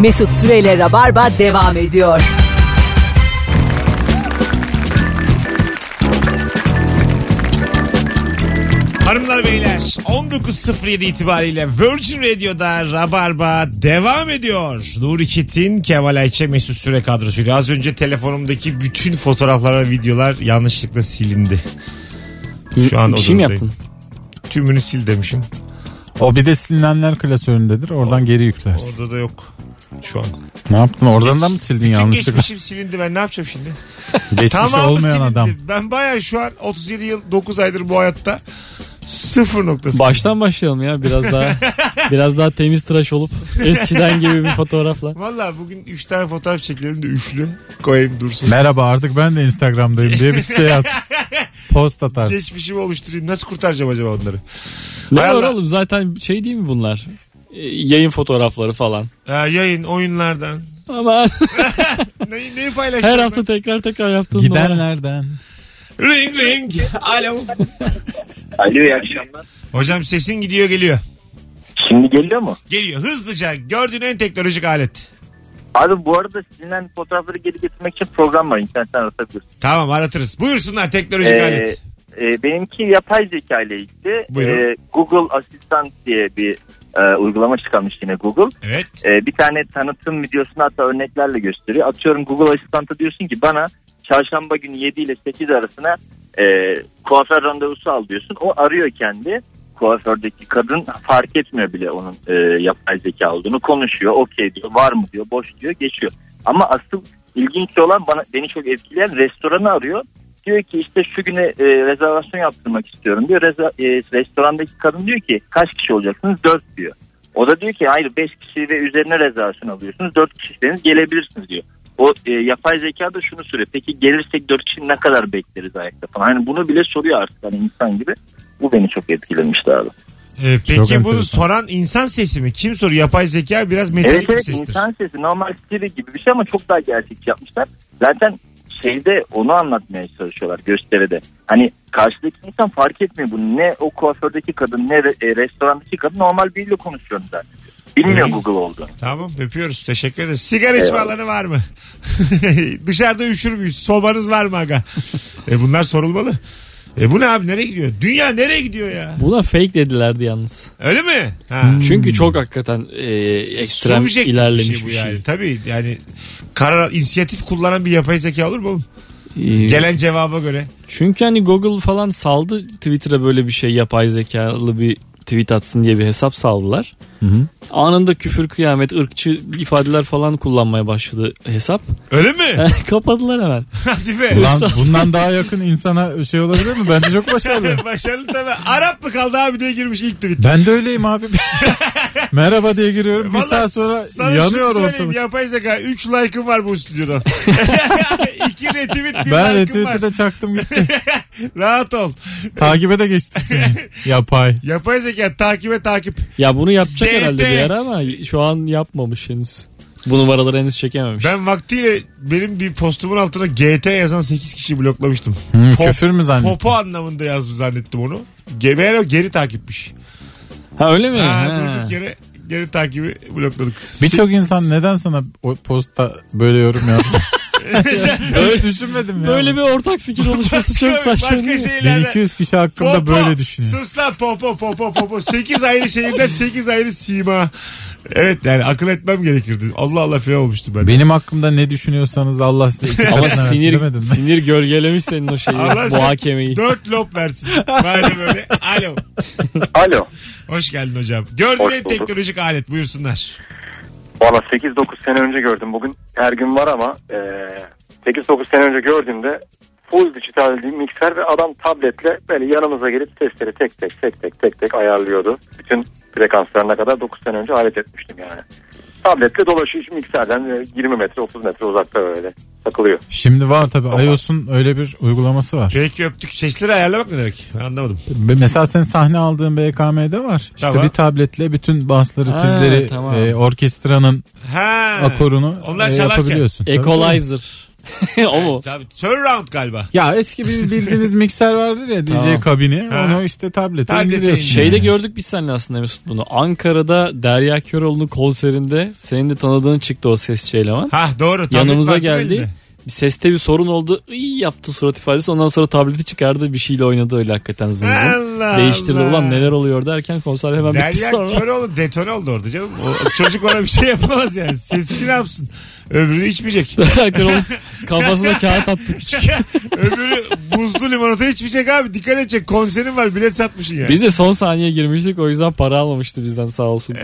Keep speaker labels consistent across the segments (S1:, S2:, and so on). S1: Mesut Süreyle Rabarba devam ediyor.
S2: Hanımlar beyler 19.07 itibariyle Virgin Radio'da Rabarba devam ediyor. Nuri Çetin, Kemal Ayçe, Mesut Süre kadrosuyla. Az önce telefonumdaki bütün fotoğraflar ve videolar yanlışlıkla silindi. Şu an
S3: Bir şey
S2: odadayım.
S3: mi yaptın?
S2: Tümünü sil demişim.
S4: O bir de silinenler klasöründedir. Oradan geri yüklersin.
S2: Orada da yok. Şu an.
S4: Ne yaptın? Oradan da mı sildin
S2: Bütün
S4: yanlışlıkla?
S2: geçmişim silindi ben ne yapacağım şimdi?
S4: Geçmişi
S2: Tamamı
S4: olmayan
S2: silindi.
S4: adam.
S2: Ben baya şu an 37 yıl 9 aydır bu hayatta sıfır noktası.
S3: Baştan başlayalım ya biraz daha biraz daha temiz tıraş olup eskiden gibi bir fotoğrafla.
S2: Valla bugün 3 tane fotoğraf çekelim de üçlü koyayım dursun.
S4: Merhaba artık ben de Instagram'dayım diye bir şey at. Post atarsın.
S2: Geçmişimi oluşturayım. Nasıl kurtaracağım acaba onları?
S3: Ne
S2: Hay
S3: var
S2: Allah.
S3: oğlum zaten şey değil mi bunlar? E, Yayın fotoğrafları falan.
S2: Ha, yayın, oyunlardan.
S3: Ama
S2: Neyi, neyi paylaşacağım?
S3: her hafta tekrar tekrar yaptığın numara.
S4: Gidenlerden.
S2: ben? Ring ring. Alo.
S5: Alo iyi akşamlar.
S2: Hocam sesin gidiyor geliyor.
S5: Şimdi geliyor mu?
S2: Geliyor. Hızlıca gördüğün en teknolojik alet.
S5: Abi bu arada silinen fotoğrafları geri getirmek için program var. İnternetten aratabilirsin.
S2: Tamam aratırız. Buyursunlar teknolojik
S5: Ee,
S2: alet.
S5: e, benimki yapay zeka ile ilgili.
S2: Buyurun.
S5: Ee, Google Asistan diye bir e, uygulama çıkarmış yine Google.
S2: Evet.
S5: Ee, bir tane tanıtım videosunu hatta örneklerle gösteriyor. Atıyorum Google Asistan'ta diyorsun ki bana çarşamba günü 7 ile 8 arasına e, kuaför randevusu al diyorsun. O arıyor kendi kuafördeki kadın fark etmiyor bile onun e, yapay zeka olduğunu konuşuyor. Okey diyor var mı diyor boş diyor geçiyor. Ama asıl ilginç olan bana beni çok etkileyen restoranı arıyor. Diyor ki işte şu güne e, rezervasyon yaptırmak istiyorum diyor. Reza, e, restorandaki kadın diyor ki kaç kişi olacaksınız? 4 diyor. O da diyor ki hayır 5 kişi ve üzerine rezervasyon alıyorsunuz. 4 kişiyseniz gelebilirsiniz diyor. O e, yapay zeka da şunu soruyor. Peki gelirsek 4 kişi ne kadar bekleriz ayakta falan. Hani bunu bile soruyor artık hani insan gibi. Bu beni çok etkilemişti abi.
S2: Ee, peki
S4: Çok
S2: bunu
S4: enteresan.
S2: soran insan sesi mi? Kim soruyor? Yapay zeka biraz
S5: Evet
S2: metalik bir şey
S5: evet
S2: sestir.
S5: insan sesi normal Siri gibi bir şey ama çok daha gerçekçi yapmışlar. Zaten şeyde onu anlatmaya çalışıyorlar gösteride. Hani karşıdaki insan fark etmiyor bunu. Ne o kuafördeki kadın ne re- e, restorandaki kadın normal biriyle konuşuyor zaten. Bilmiyor
S2: Evet.
S5: Google olduğunu.
S2: Tamam öpüyoruz. Teşekkür ederiz. Sigara içme
S5: Eyvallah.
S2: alanı var mı? Dışarıda üşür müyüz? Sobanız var mı aga? E, bunlar sorulmalı. E bu ne abi nereye gidiyor? Dünya nereye gidiyor ya?
S3: Buna fake dedilerdi yalnız.
S2: Öyle mi? Ha.
S3: Çünkü çok hakikaten e, ekstrem
S2: Hmm. Subjektif
S3: ilerlemiş bir şey.
S2: bu yani. Tabii yani karar inisiyatif kullanan bir yapay zeka olur mu? oğlum?
S3: Ee,
S2: Gelen cevaba göre.
S3: Çünkü hani Google falan saldı Twitter'a böyle bir şey yapay zekalı bir tweet atsın diye bir hesap saldılar. Anında küfür kıyamet ırkçı ifadeler falan kullanmaya başladı hesap.
S2: Öyle mi?
S3: Kapadılar hemen.
S2: Hadi be.
S4: Ulan bundan daha yakın insana şey olabilir mi? Bence çok başarılı.
S2: Başarılı tabii. Arap mı kaldı abi diye girmiş ilk tweet.
S4: Ben de öyleyim abi. Merhaba diye giriyorum. Bir
S2: Vallahi
S4: saat sonra
S2: sana şunu
S4: yanıyor
S2: söyleyeyim,
S4: ortalık.
S2: Yapay zeka 3 like'ım var bu stüdyoda. 2 retweet 1
S4: Ben
S2: like'ım var.
S4: retweet'i de çaktım gitti.
S2: Rahat ol.
S4: Takibe de geçtim seni. Yapay.
S2: Yapay zeka takibe takip.
S3: Ya bunu yapacak
S2: DT.
S3: herhalde bir ara ama şu an yapmamış henüz. Bu numaraları henüz çekememiş.
S2: Ben vaktiyle benim bir postumun altına GT yazan 8 kişi bloklamıştım.
S4: Hı,
S2: Pop-
S4: küfür mü zannettin?
S2: Popo anlamında yazdım zannettim onu. Ge- Meğer o geri takipmiş.
S3: Ha öyle mi?
S2: Ha,
S3: Ha.
S2: durduk yere geri takibi blokladık.
S4: Birçok insan neden sana o posta böyle yorum yaptı? Öyle düşünmedim ya.
S3: Böyle bir ortak fikir oluşması çok
S2: Başka-
S3: saçma
S2: Başka şey-
S3: değil mi?
S2: şeylerden.
S4: 1200 kişi hakkında böyle düşünüyor.
S2: Sus lan popo popo popo. 8 ayrı şehirden 8 ayrı sima. Evet yani akıl etmem gerekirdi. Allah Allah filan olmuştu ben.
S4: Benim hakkımda ne düşünüyorsanız Allah size iki
S3: Ama
S4: katına versin
S3: sinir,
S4: demedim mi?
S3: sinir gölgelemiş senin o şeyi,
S2: Allah sen-
S3: muhakemeyi.
S2: 4 lop versin. Madem öyle. Alo.
S6: Alo.
S2: Hoş geldin hocam. Gördüğün
S6: Hoş
S2: en
S6: bulduk.
S2: teknolojik alet buyursunlar.
S6: Valla 8-9 sene önce gördüm. Bugün her gün var ama e, 8-9 sene önce gördüğümde full dijital bir mikser ve adam tabletle böyle yanımıza gelip sesleri tek tek tek tek tek tek ayarlıyordu. Bütün frekanslarına kadar 9 sene önce alet etmiştim yani. Tabletle dolaşıyor hiç mikserden e, 20 metre 30 metre uzakta böyle takılıyor.
S4: Şimdi var tabii iOS'un öyle bir uygulaması var.
S2: Peki öptük. Sesleri ayarlamak ne demek? Ben anlamadım.
S4: Be- Mesela sen sahne aldığın BKM'de var. İşte
S2: Tamam.
S4: bir tabletle bütün basları,
S3: Ha,
S4: tizleri,
S3: tamam.
S4: e, orkestranın
S2: Ha.
S4: akorunu
S2: Onlar
S4: e,
S2: çalarken.
S4: yapabiliyorsun. Tabii.
S3: Equalizer. o mu?
S2: Tabii, turnaround galiba.
S4: Ya eski bir bildiğiniz mikser vardır ya DJ
S3: Tamam.
S4: kabini.
S2: Ha.
S4: Onu işte tablete,
S2: Tablete
S4: indiriyorsun.
S2: indir.
S3: Şeyde gördük biz seninle aslında Mesut bunu. Ankara'da Derya Köroğlu'nun konserinde senin de tanıdığın çıktı o sesçi eleman.
S2: Ha doğru. tablet
S3: Yanımıza
S2: vardı
S3: geldi.
S2: elinde.
S3: Bir seste bir sorun oldu. İyi yaptı surat ifadesi. Ondan sonra tableti çıkardı. Bir şeyle oynadı öyle hakikaten zın zın.
S2: Allah
S3: Değiştirdi
S2: Allah.
S3: ulan neler oluyor derken konser hemen bitti
S2: Derya
S3: sonra.
S2: Köroğlu detone oldu orada canım. O çocuk ona bir şey yapamaz yani. Sesçi ne yapsın? Öbürünü içmeyecek.
S3: Derya Köroğlu kafasına kağıt attı küçük.
S2: Öbürü buzlu limonata içmeyecek abi. Dikkat edecek. Konserin var. Bilet satmışsın yani.
S3: Biz de son saniye girmiştik o yüzden para almamıştı bizden sağ olsun.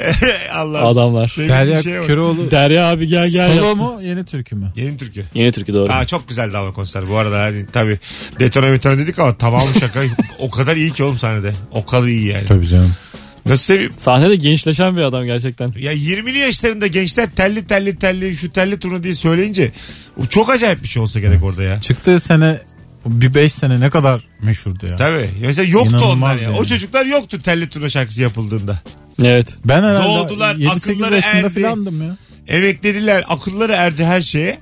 S2: Allah
S3: Adamlar.
S2: sevdiğim
S4: Derya
S3: Şey
S2: şeye bak.
S4: Köroğlu.
S3: Derya abi gel gel.
S4: Solo
S3: yap.
S4: mu yeni türkü mü?
S2: Yeni türkü.
S3: Yeni türkü doğru.
S2: Aa, çok güzeldi ama konser bu arada. Hani, tabii detone metone dedik ama tamamı şaka. o kadar iyi ki oğlum sahnede. O kadar iyi yani.
S4: Tabii canım.
S2: Nasıl seveyim?
S3: Sahnede gençleşen bir adam gerçekten.
S2: Ya 20'li yaşlarında gençler telli telli telli şu telli turnu diye söyleyince o çok acayip bir şey olsa gerek orada ya.
S4: Çıktığı sene bir 5 sene ne kadar meşhurdu ya.
S2: Tabii. Mesela yoktu
S4: İnanılmaz
S2: onlar ya.
S4: yani.
S2: O çocuklar yoktu telli turnu şarkısı yapıldığında.
S3: Evet.
S4: Ben herhalde
S2: Doğdular,
S4: 7-8
S2: akılları
S4: yaşında
S2: erdi.
S4: filandım ya.
S2: Emeklediler. Akılları erdi her şeye.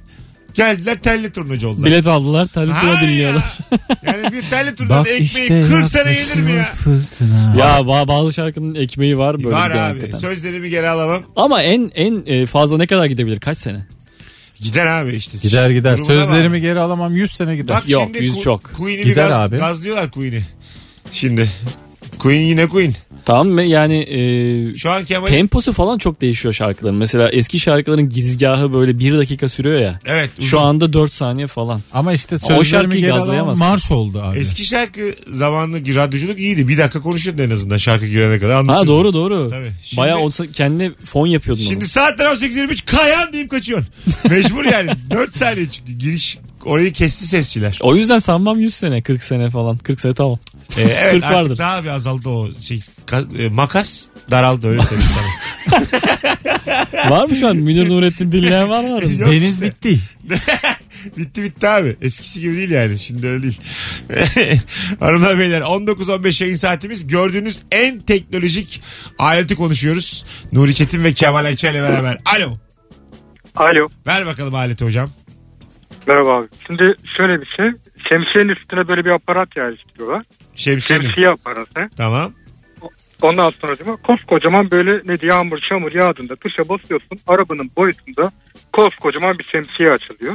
S2: Geldiler telli turnucu oldular.
S3: Bilet aldılar. Tabii
S2: Ha
S3: kula dinliyorlar.
S2: ya. Yani bir telli turnunun ekmeği 40 sene yenir mi ya?
S4: Fırtına.
S3: Ya ba- bazı şarkının ekmeği var böyle.
S2: Var
S3: bir
S2: abi.
S3: hakikaten.
S2: Sözlerimi geri alamam.
S3: Ama en en e, fazla ne kadar gidebilir? Kaç sene?
S2: Gider abi işte.
S4: Gider gider.
S2: Durumuna bak.
S4: Sözlerimi geri alamam 100 sene gider.
S2: Bak
S3: Yok,
S2: şimdi
S3: yüz
S2: Ku-
S3: çok.
S2: Queen'i bir
S4: Gider
S2: gaz,
S4: abi.
S2: gazlıyorlar Queen'i. Şimdi. Queen yine Queen.
S3: Tamam mı? Yani e,
S2: Şu an Kemal...
S3: temposu falan çok değişiyor şarkıların. Mesela eski şarkıların girizgahı böyle bir dakika sürüyor ya.
S2: evet. uzun.
S3: Şu anda 4 saniye falan.
S4: Ama işte
S3: O
S4: sözlerimi
S3: şarkıyı
S4: geri alamam
S3: gazlayamazsın.
S4: marş oldu abi.
S2: Eski şarkı zamanlı radyoculuk iyiydi. Bir dakika konuşuyordun en azından şarkı girene kadar.
S3: Ha
S2: Anlatıyordun.
S3: doğru doğru.
S2: Tabii. Şimdi-
S3: Bayağı olsa kendi fon yapıyordun onu.
S2: Şimdi saatler 18.23 kayan deyip kaçıyorsun. Mecbur yani. 4 saniye çünkü giriş orayı kesti sesçiler.
S3: O yüzden sanmam 100 sene 40 sene falan. 40 sene tamam.
S2: Ee, evet
S3: 40
S2: artık
S3: vardır.
S2: daha bir azaldı o şey. Ka- e, makas daraldı öyle söyleyeyim sana.
S3: var mı şu an Münir Nurettin dinleyen var mı aranızda?
S2: Yok
S4: Deniz
S2: işte.
S4: bitti.
S2: Bitti bitti abi. Eskisi gibi değil yani. Şimdi öyle değil. Hanımlar beyler 19-15 yayın saatimiz. Gördüğünüz en teknolojik aleti konuşuyoruz. Nuri Çetin ve Kemal Ayça ile beraber. Alo.
S7: Alo.
S2: Ver bakalım aleti hocam.
S7: Merhaba abi. Şimdi şöyle bir şey. Şemsiyenin üstüne böyle bir aparat yerleştiriyorlar.
S2: Şemsiyeni.
S7: Şemsiye aparatı.
S2: Tamam.
S7: Ondan sonra değil mi? Koskocaman böyle ne diye yağmur çamur yağdığında tuşa basıyorsun. Arabanın boyutunda koskocaman bir şemsiye açılıyor.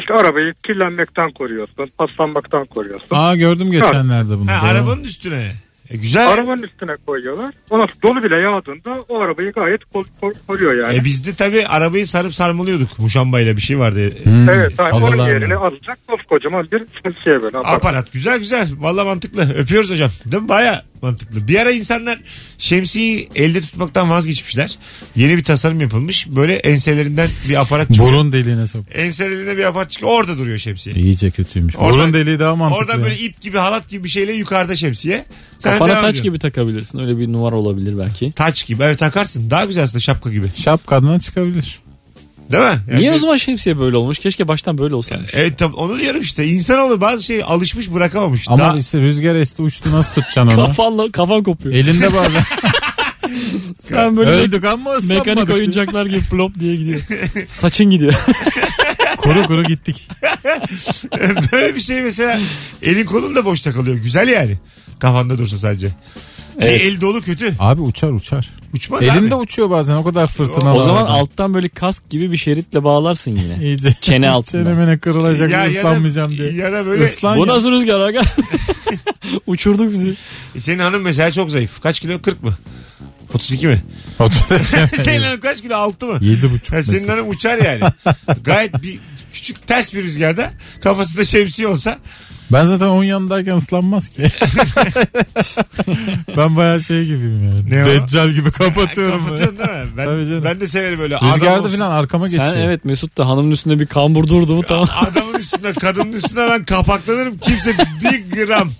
S7: İşte arabayı kirlenmekten koruyorsun. Paslanmaktan koruyorsun.
S4: Aa gördüm geçenlerde bunu.
S2: Ha,
S4: Doğru.
S2: arabanın üstüne. E, güzel.
S7: Arabanın üstüne koyuyorlar. Ondan sonra dolu bile yağdığında o arabayı gayet kor- kor- koruyor yani.
S2: E bizde tabii arabayı sarıp sarmalıyorduk. Muşambayla bir şey vardı.
S4: Hmm.
S7: evet. Yani onun
S4: Alırlar
S7: yerine
S4: mı?
S7: alacak koskocaman bir şemsiye böyle. aparat.
S2: Aparat güzel güzel. Valla mantıklı. Öpüyoruz hocam. Değil mi? Baya mantıklı. Bir ara insanlar şemsiyeyi elde tutmaktan vazgeçmişler. Yeni bir tasarım yapılmış. Böyle enselerinden bir aparat çıkıyor.
S4: Burun deliğine sok.
S2: Enselerinde bir aparat çıkıyor. Orada duruyor şemsiye.
S4: İyice kötüymüş.
S2: Oradan-
S4: Burun deliği daha mantıklı.
S2: Oradan
S4: ya.
S2: böyle ip gibi halat gibi bir şeyle yukarıda şemsiye. Sen
S3: Kafana
S2: devam
S3: taç
S2: ediyorsun.
S3: gibi takabilirsin. Öyle bir numara olabilir belki.
S2: Taç gibi. Evet takarsın. Daha güzel aslında şapka gibi.
S4: Şapkadan çıkabilir.
S2: Değil mi? Yani
S3: Niye o
S2: bir-
S3: zaman şemsiye böyle olmuş? Keşke baştan böyle olsaymış.
S2: Evet tam onu diyorum işte. İnsanoğlu bazı şey alışmış bırakamamış.
S4: Ama
S2: Daha-
S4: işte rüzgar esti uçtu nasıl tutacaksın onu?
S3: Kafanla kafan kopuyor.
S4: Elinde bazen.
S3: Sen böyle
S4: Öldük ama ıslanmadık.
S3: mekanik oyuncaklar gibi plop diye gidiyor. Saçın gidiyor.
S4: Kuru kuru gittik.
S2: Böyle bir şey mesela elin kolun da boşta kalıyor. Güzel yani. Kafanda dursa sadece.
S3: Evet.
S2: Bir el dolu kötü.
S4: Abi uçar uçar.
S2: Uçmaz abi.
S4: Elinde uçuyor bazen o kadar fırtına
S2: O
S3: O
S4: var
S3: zaman
S4: arada.
S3: alttan böyle kask gibi bir şeritle bağlarsın yine.
S4: İyice.
S3: Çene altında.
S4: Çenemene kırılacak
S2: Ya- ya da-
S4: ıslanmayacağım diye.
S2: ya da böyle-
S4: Islan
S3: Bu
S4: ya.
S3: nasıl rüzgar aga? Uçurdu bizi.
S2: E, Senin hanım mesela çok zayıf. Kaç kilo? 40 mı? 32 mi? senin hanım kaç kilo? 6 mı?
S4: Yedi buçuk
S2: Ha, senin
S4: mesela.
S2: hanım uçar yani. Gayet bir küçük ters bir rüzgarda kafasında şemsiye olsa
S4: Ben zaten onun yanındayken ıslanmaz ki. ben bayağı şey gibiyim yani.
S2: Ne o?
S4: Deccal gibi kapatıyorum.
S2: kapatıyorsun değil mi? Ben,
S4: Tabii canım.
S2: ben de severim öyle. Adam
S4: Rüzgarda
S2: olsun.
S4: falan arkama geçiyor.
S3: Sen evet Mesut da hanımın üstünde bir kambur durdu mu tamam.
S2: Adamın üstüne kadının üstüne ben kapaklanırım. Kimse bir gram.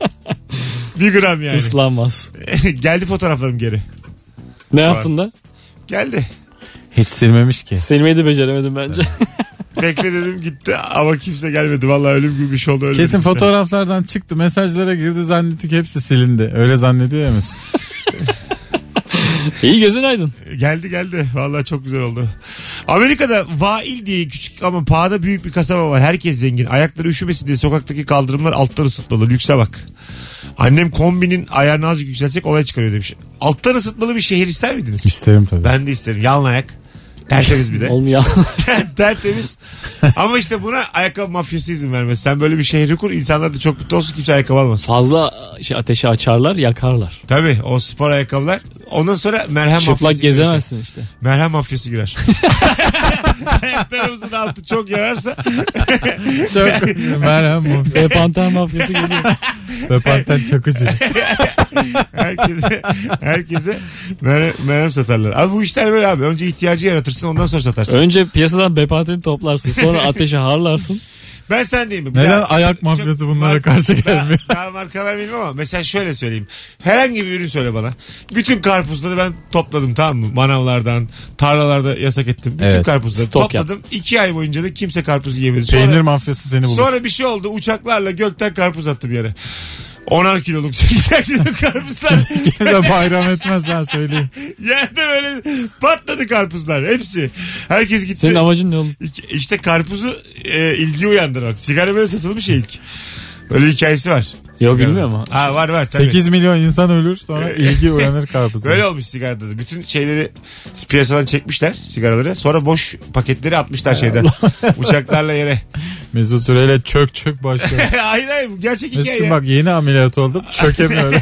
S2: Bir gram yani.
S3: Islanmaz.
S2: Geldi fotoğraflarım geri.
S3: Ne yaptın da?
S2: Geldi.
S4: Hiç silmemiş ki.
S3: Silmeyi de beceremedim bence.
S2: Bekle dedim gitti ama kimse gelmedi. Vallahi ölüm gibi bir şey oldu. Öyle
S4: Kesin
S2: dedim.
S4: fotoğraflardan çıktı. Mesajlara girdi zannettik hepsi silindi. Öyle zannediyor ya Mesut.
S3: İyi gözün aydın.
S2: Geldi geldi. Vallahi çok güzel oldu. Amerika'da Vail diye küçük ama pahada büyük bir kasaba var. Herkes zengin. Ayakları üşümesin diye sokaktaki kaldırımlar alttan ısıtmalı. Lükse bak. Annem kombinin ayağını azıcık yükseltsek olay çıkarıyor demiş. Alttan ısıtmalı bir şehir ister miydiniz?
S4: İsterim tabii.
S2: Ben de isterim. Yalın ayak. Tertemiz bir de.
S3: Olmuyor.
S2: Tertemiz. Ama işte buna ayakkabı mafyası izin vermez. Sen böyle bir şehri kur insanlar da çok mutlu olsun kimse ayakkabı almasın.
S3: Fazla şey ateşi açarlar yakarlar.
S2: Tabii o spor ayakkabılar. Ondan sonra merhem
S3: Çıplak
S2: mafyası girer.
S3: gezemezsin işte.
S2: Merhem mafyası girer. Ayaklarımızın altı çok yararsa
S4: Çok merhem bu.
S3: Epantan E, mafyası geliyor.
S4: Öpanten çakıcı.
S2: herkese herkese merhem, merhem satarlar. Abi bu işler böyle abi. Önce ihtiyacı yaratırsın ondan sonra satarsın.
S3: Önce piyasadan bepanteni toplarsın. Sonra ateşe harlarsın.
S2: Ben sen değil mi? Bir
S4: Neden
S2: daha-
S4: ayak mafyası bunlara karşı gelmiyor?
S2: Daha, daha markalar bilmem ama mesela şöyle söyleyeyim. Herhangi bir ürün söyle bana. Bütün karpuzları ben topladım tamam mı? Manavlardan, tarlalarda yasak ettim. Bütün
S4: Evet.
S2: karpuzları
S3: Stok
S2: topladım. İki ay boyunca da kimse karpuz yiyemedi. Sonra,
S4: Peynir mafyası seni bulur.
S2: sonra bir şey oldu. Uçaklarla gökten karpuz attım yere. 10'ar kiloluk, 8'er kiloluk karpuzlar.
S4: Kimse bayram etmez ha söyleyeyim.
S2: Yerde böyle patladı karpuzlar. Hepsi. Herkes gitti.
S3: Senin amacın ne oğlum?
S2: İki- İşte karpuzu e, ilgi uyandırmak. Sigara böyle satılmış ya ilk. Böyle hikayesi var.
S3: Yok
S2: Sigara.
S3: bilmiyorum ama.
S2: Ha var var tabii.
S4: 8 milyon insan ölür sonra ilgi uyanır karpuza.
S2: Böyle olmuş sigarada da. Bütün şeyleri piyasadan çekmişler sigaraları. Sonra boş paketleri atmışlar şeyden. Uçaklarla yere.
S4: Mesut Süreyle çök çök başlıyor.
S2: hayır hayır bu gerçek hikaye
S4: Mesut'um
S2: ya.
S4: bak yeni ameliyat oldum çökemiyorum.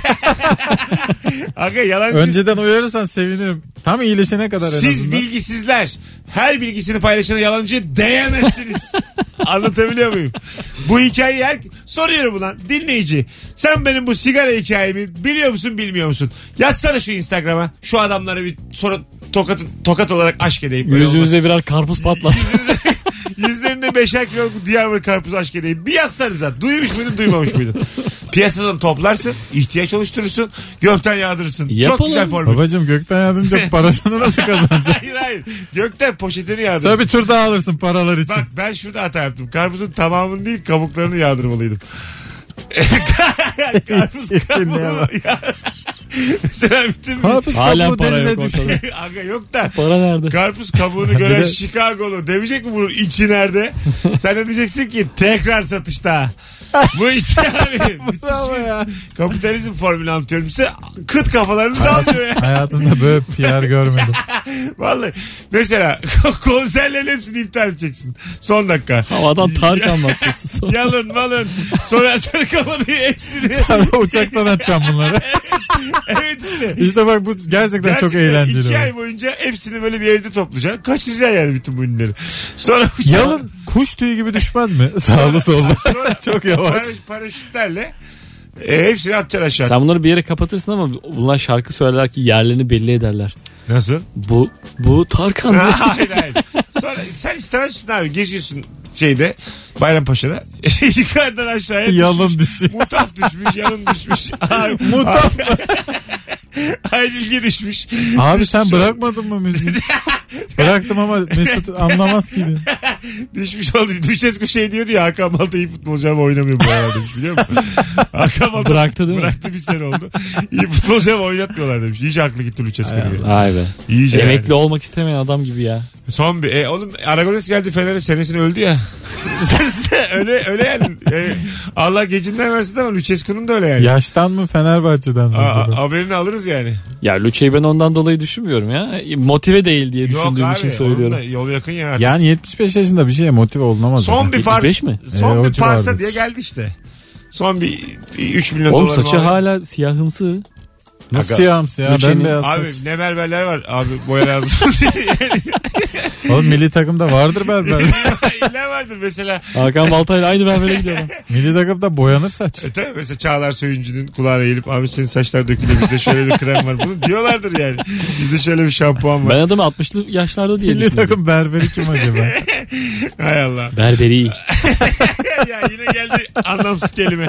S2: Aga yalancı.
S4: Önceden uyarırsan sevinirim. Tam iyileşene kadar en
S2: Siz
S4: azından.
S2: bilgisizler. Her bilgisini paylaşana yalancı değemezsiniz. Anlatabiliyor muyum? Bu hikayeyi her... Soruyorum ulan dinleyici. Sen benim bu sigara hikayemi biliyor musun bilmiyor musun? Yazsana şu Instagram'a. Şu adamlara bir soru tokat, tokat olarak aşk edeyim. Böyle olmaz.
S3: Yüzünüze birer karpuz patlat.
S2: Yüzlerinde beşer kilo Diyarbakır karpuz aşk edeyim. Bir yazsanıza. Duymuş muydun duymamış muydun? Piyasadan toplarsın. ihtiyaç oluşturursun. Gökten yağdırırsın. Çok
S3: Yapalım.
S2: güzel formül.
S4: Babacım gökten yağdınca parasını nasıl kazanacaksın?
S2: Hayır hayır. Gökten poşetini yağdırırsın.
S4: Sonra bir tur daha alırsın paralar için.
S2: Bak ben şurada hata yaptım. Karpuzun tamamını değil kabuklarını yağdırmalıydım. Karpuz
S4: Çirkinliğe
S2: kabuğu.
S4: bak.
S2: ya. Mesela bütün bir-
S4: Karpuz
S3: Hala
S4: kabuğu
S3: para
S4: denize
S3: yok
S4: düştü.
S3: ortada.
S2: Aga yok da.
S3: Para nerede?
S2: Karpuz kabuğunu
S4: Bir
S2: gören
S4: de-
S2: Chicago'lu demeyecek mi bunun içi nerede? Sen de diyeceksin ki tekrar satışta. Bu işte abi. Müthiş
S4: Bravo
S2: bir
S4: ya.
S2: kapitalizm formülü anlatıyorum size. Kıt kafalarını almıyor ya.
S4: Hayatımda böyle PR görmedim.
S2: Vallahi. Mesela konserlerin hepsini iptal edeceksin. Son dakika.
S3: Havadan Tarık anlatıyorsun sonra.
S2: Yalın malın. Sonra sarı kafanı hepsini.
S4: Sonra uçaktan atacağım bunları.
S2: evet işte.
S4: İşte bak bu gerçekten, çok
S2: Gerçekten
S4: eğlenceli.
S2: İki
S4: oldu.
S2: ay boyunca hepsini böyle bir evde toplayacaksın. Kaçıracaksın yani bütün bu ünlüleri. Sonra uçağa-
S4: Yalın kuş tüyü gibi düşmez mi? Sağlı sollu.
S2: Sonra
S4: çok yavaş.
S2: paraş- paraşütlerle e, hepsini atacaksın aşağı.
S3: Sen bunları bir yere kapatırsın ama bunlar şarkı söylerler ki yerlerini belli ederler.
S2: Nasıl?
S3: Bu bu Tarkan.
S2: hayır hayır. Sonra sen istemezsin abi. Geziyorsun şeyde Bayrampaşa'da. Yukarıdan aşağıya düşmüş.
S4: Yalın düşüyor.
S2: Mutaf düşmüş, yalın düşmüş. Abi,
S4: Mutaf
S2: Aydilgi düşmüş.
S4: Abi sen
S2: Düşmüş.
S4: bırakmadın mı müziği? Bıraktım ama Mesut anlamaz ki. diyor.
S2: Düşmüş oldu. Düşesku şey diyordu ya Hakan Balta iyi futbolcu ama oynamıyor bu arada demiş biliyor musun? Hakan Balta
S3: Bıraktı değil mi?
S2: bıraktı bir sene oldu. İyi futbolcu ama oynatmıyorlar demiş. İyice aklı gitti Lucescu diye.
S3: Vay be.
S2: İyice
S3: Emekli
S2: yani.
S3: olmak istemeyen adam gibi ya.
S2: Son bir. E, oğlum Aragones geldi Fener'e senesini öldü ya. öyle öyle yani. E, Allah gecinden versin ama Lucescu'nun da öyle yani.
S4: Yaştan mı Fenerbahçe'den mi
S2: A- a-
S4: acaba?
S2: haberini alırız yani.
S3: Ya Luce'yi ben ondan dolayı düşünmüyorum ya. Motive değil diye
S2: Yok
S3: düşündüğüm
S2: abi.
S3: için
S2: onun
S3: söylüyorum.
S2: da yol yakın ya. artık.
S4: Yani 75 yaşında bir şeye motive olunamaz.
S2: Son
S4: yani.
S2: bir parça.
S3: 75 mi?
S4: E,
S2: Son
S4: o
S2: bir parça
S4: civardır.
S2: diye geldi işte. Son bir 3 milyon
S3: Oğlum
S2: dolarımı
S3: saçı
S2: aldım.
S3: hala siyahımsı.
S4: Nasıl
S2: Aga.
S4: yağımsı ya?
S3: Luce'nin-
S4: Bembeyaz
S2: Abi
S4: saç.
S2: ne berberler var abi boya lazım.
S4: Oğlum milli takımda vardır berber.
S2: İlla vardır mesela.
S3: Hakan Baltay'la aynı berbere gidiyorum.
S4: milli takımda boyanır saç.
S2: E tabii mesela Çağlar Söyüncü'nün kulağına eğilip abi senin saçlar dökülüyor bizde şöyle bir krem var. Bunu diyorlardır yani. Bizde şöyle bir şampuan
S3: Ben
S2: var.
S3: adamı 60'lı yaşlarda diye
S4: Milli
S3: düşünüyorum.
S4: takım berberi kim acaba?
S2: Hay Allah.
S3: Berberi.
S2: ya yine geldi anlamsız kelime.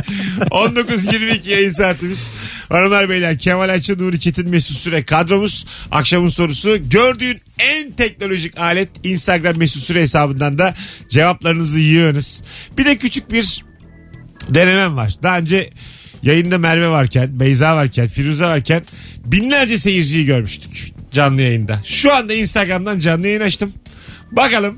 S2: 19.22 yayın saatimiz. Hanımlar beyler Kemal Ayça, Nuri Çetin, Mesut Süre kadromuz. Akşamın sorusu gördüğün en teknolojik alet Instagram Mesut Süre hesabından da cevaplarınızı yığınız. Bir de küçük bir denemem var. Daha önce Yayında Merve varken, Beyza varken, Firuze varken binlerce seyirciyi görmüştük canlı yayında. Şu anda Instagram'dan canlı yayın açtım. Bakalım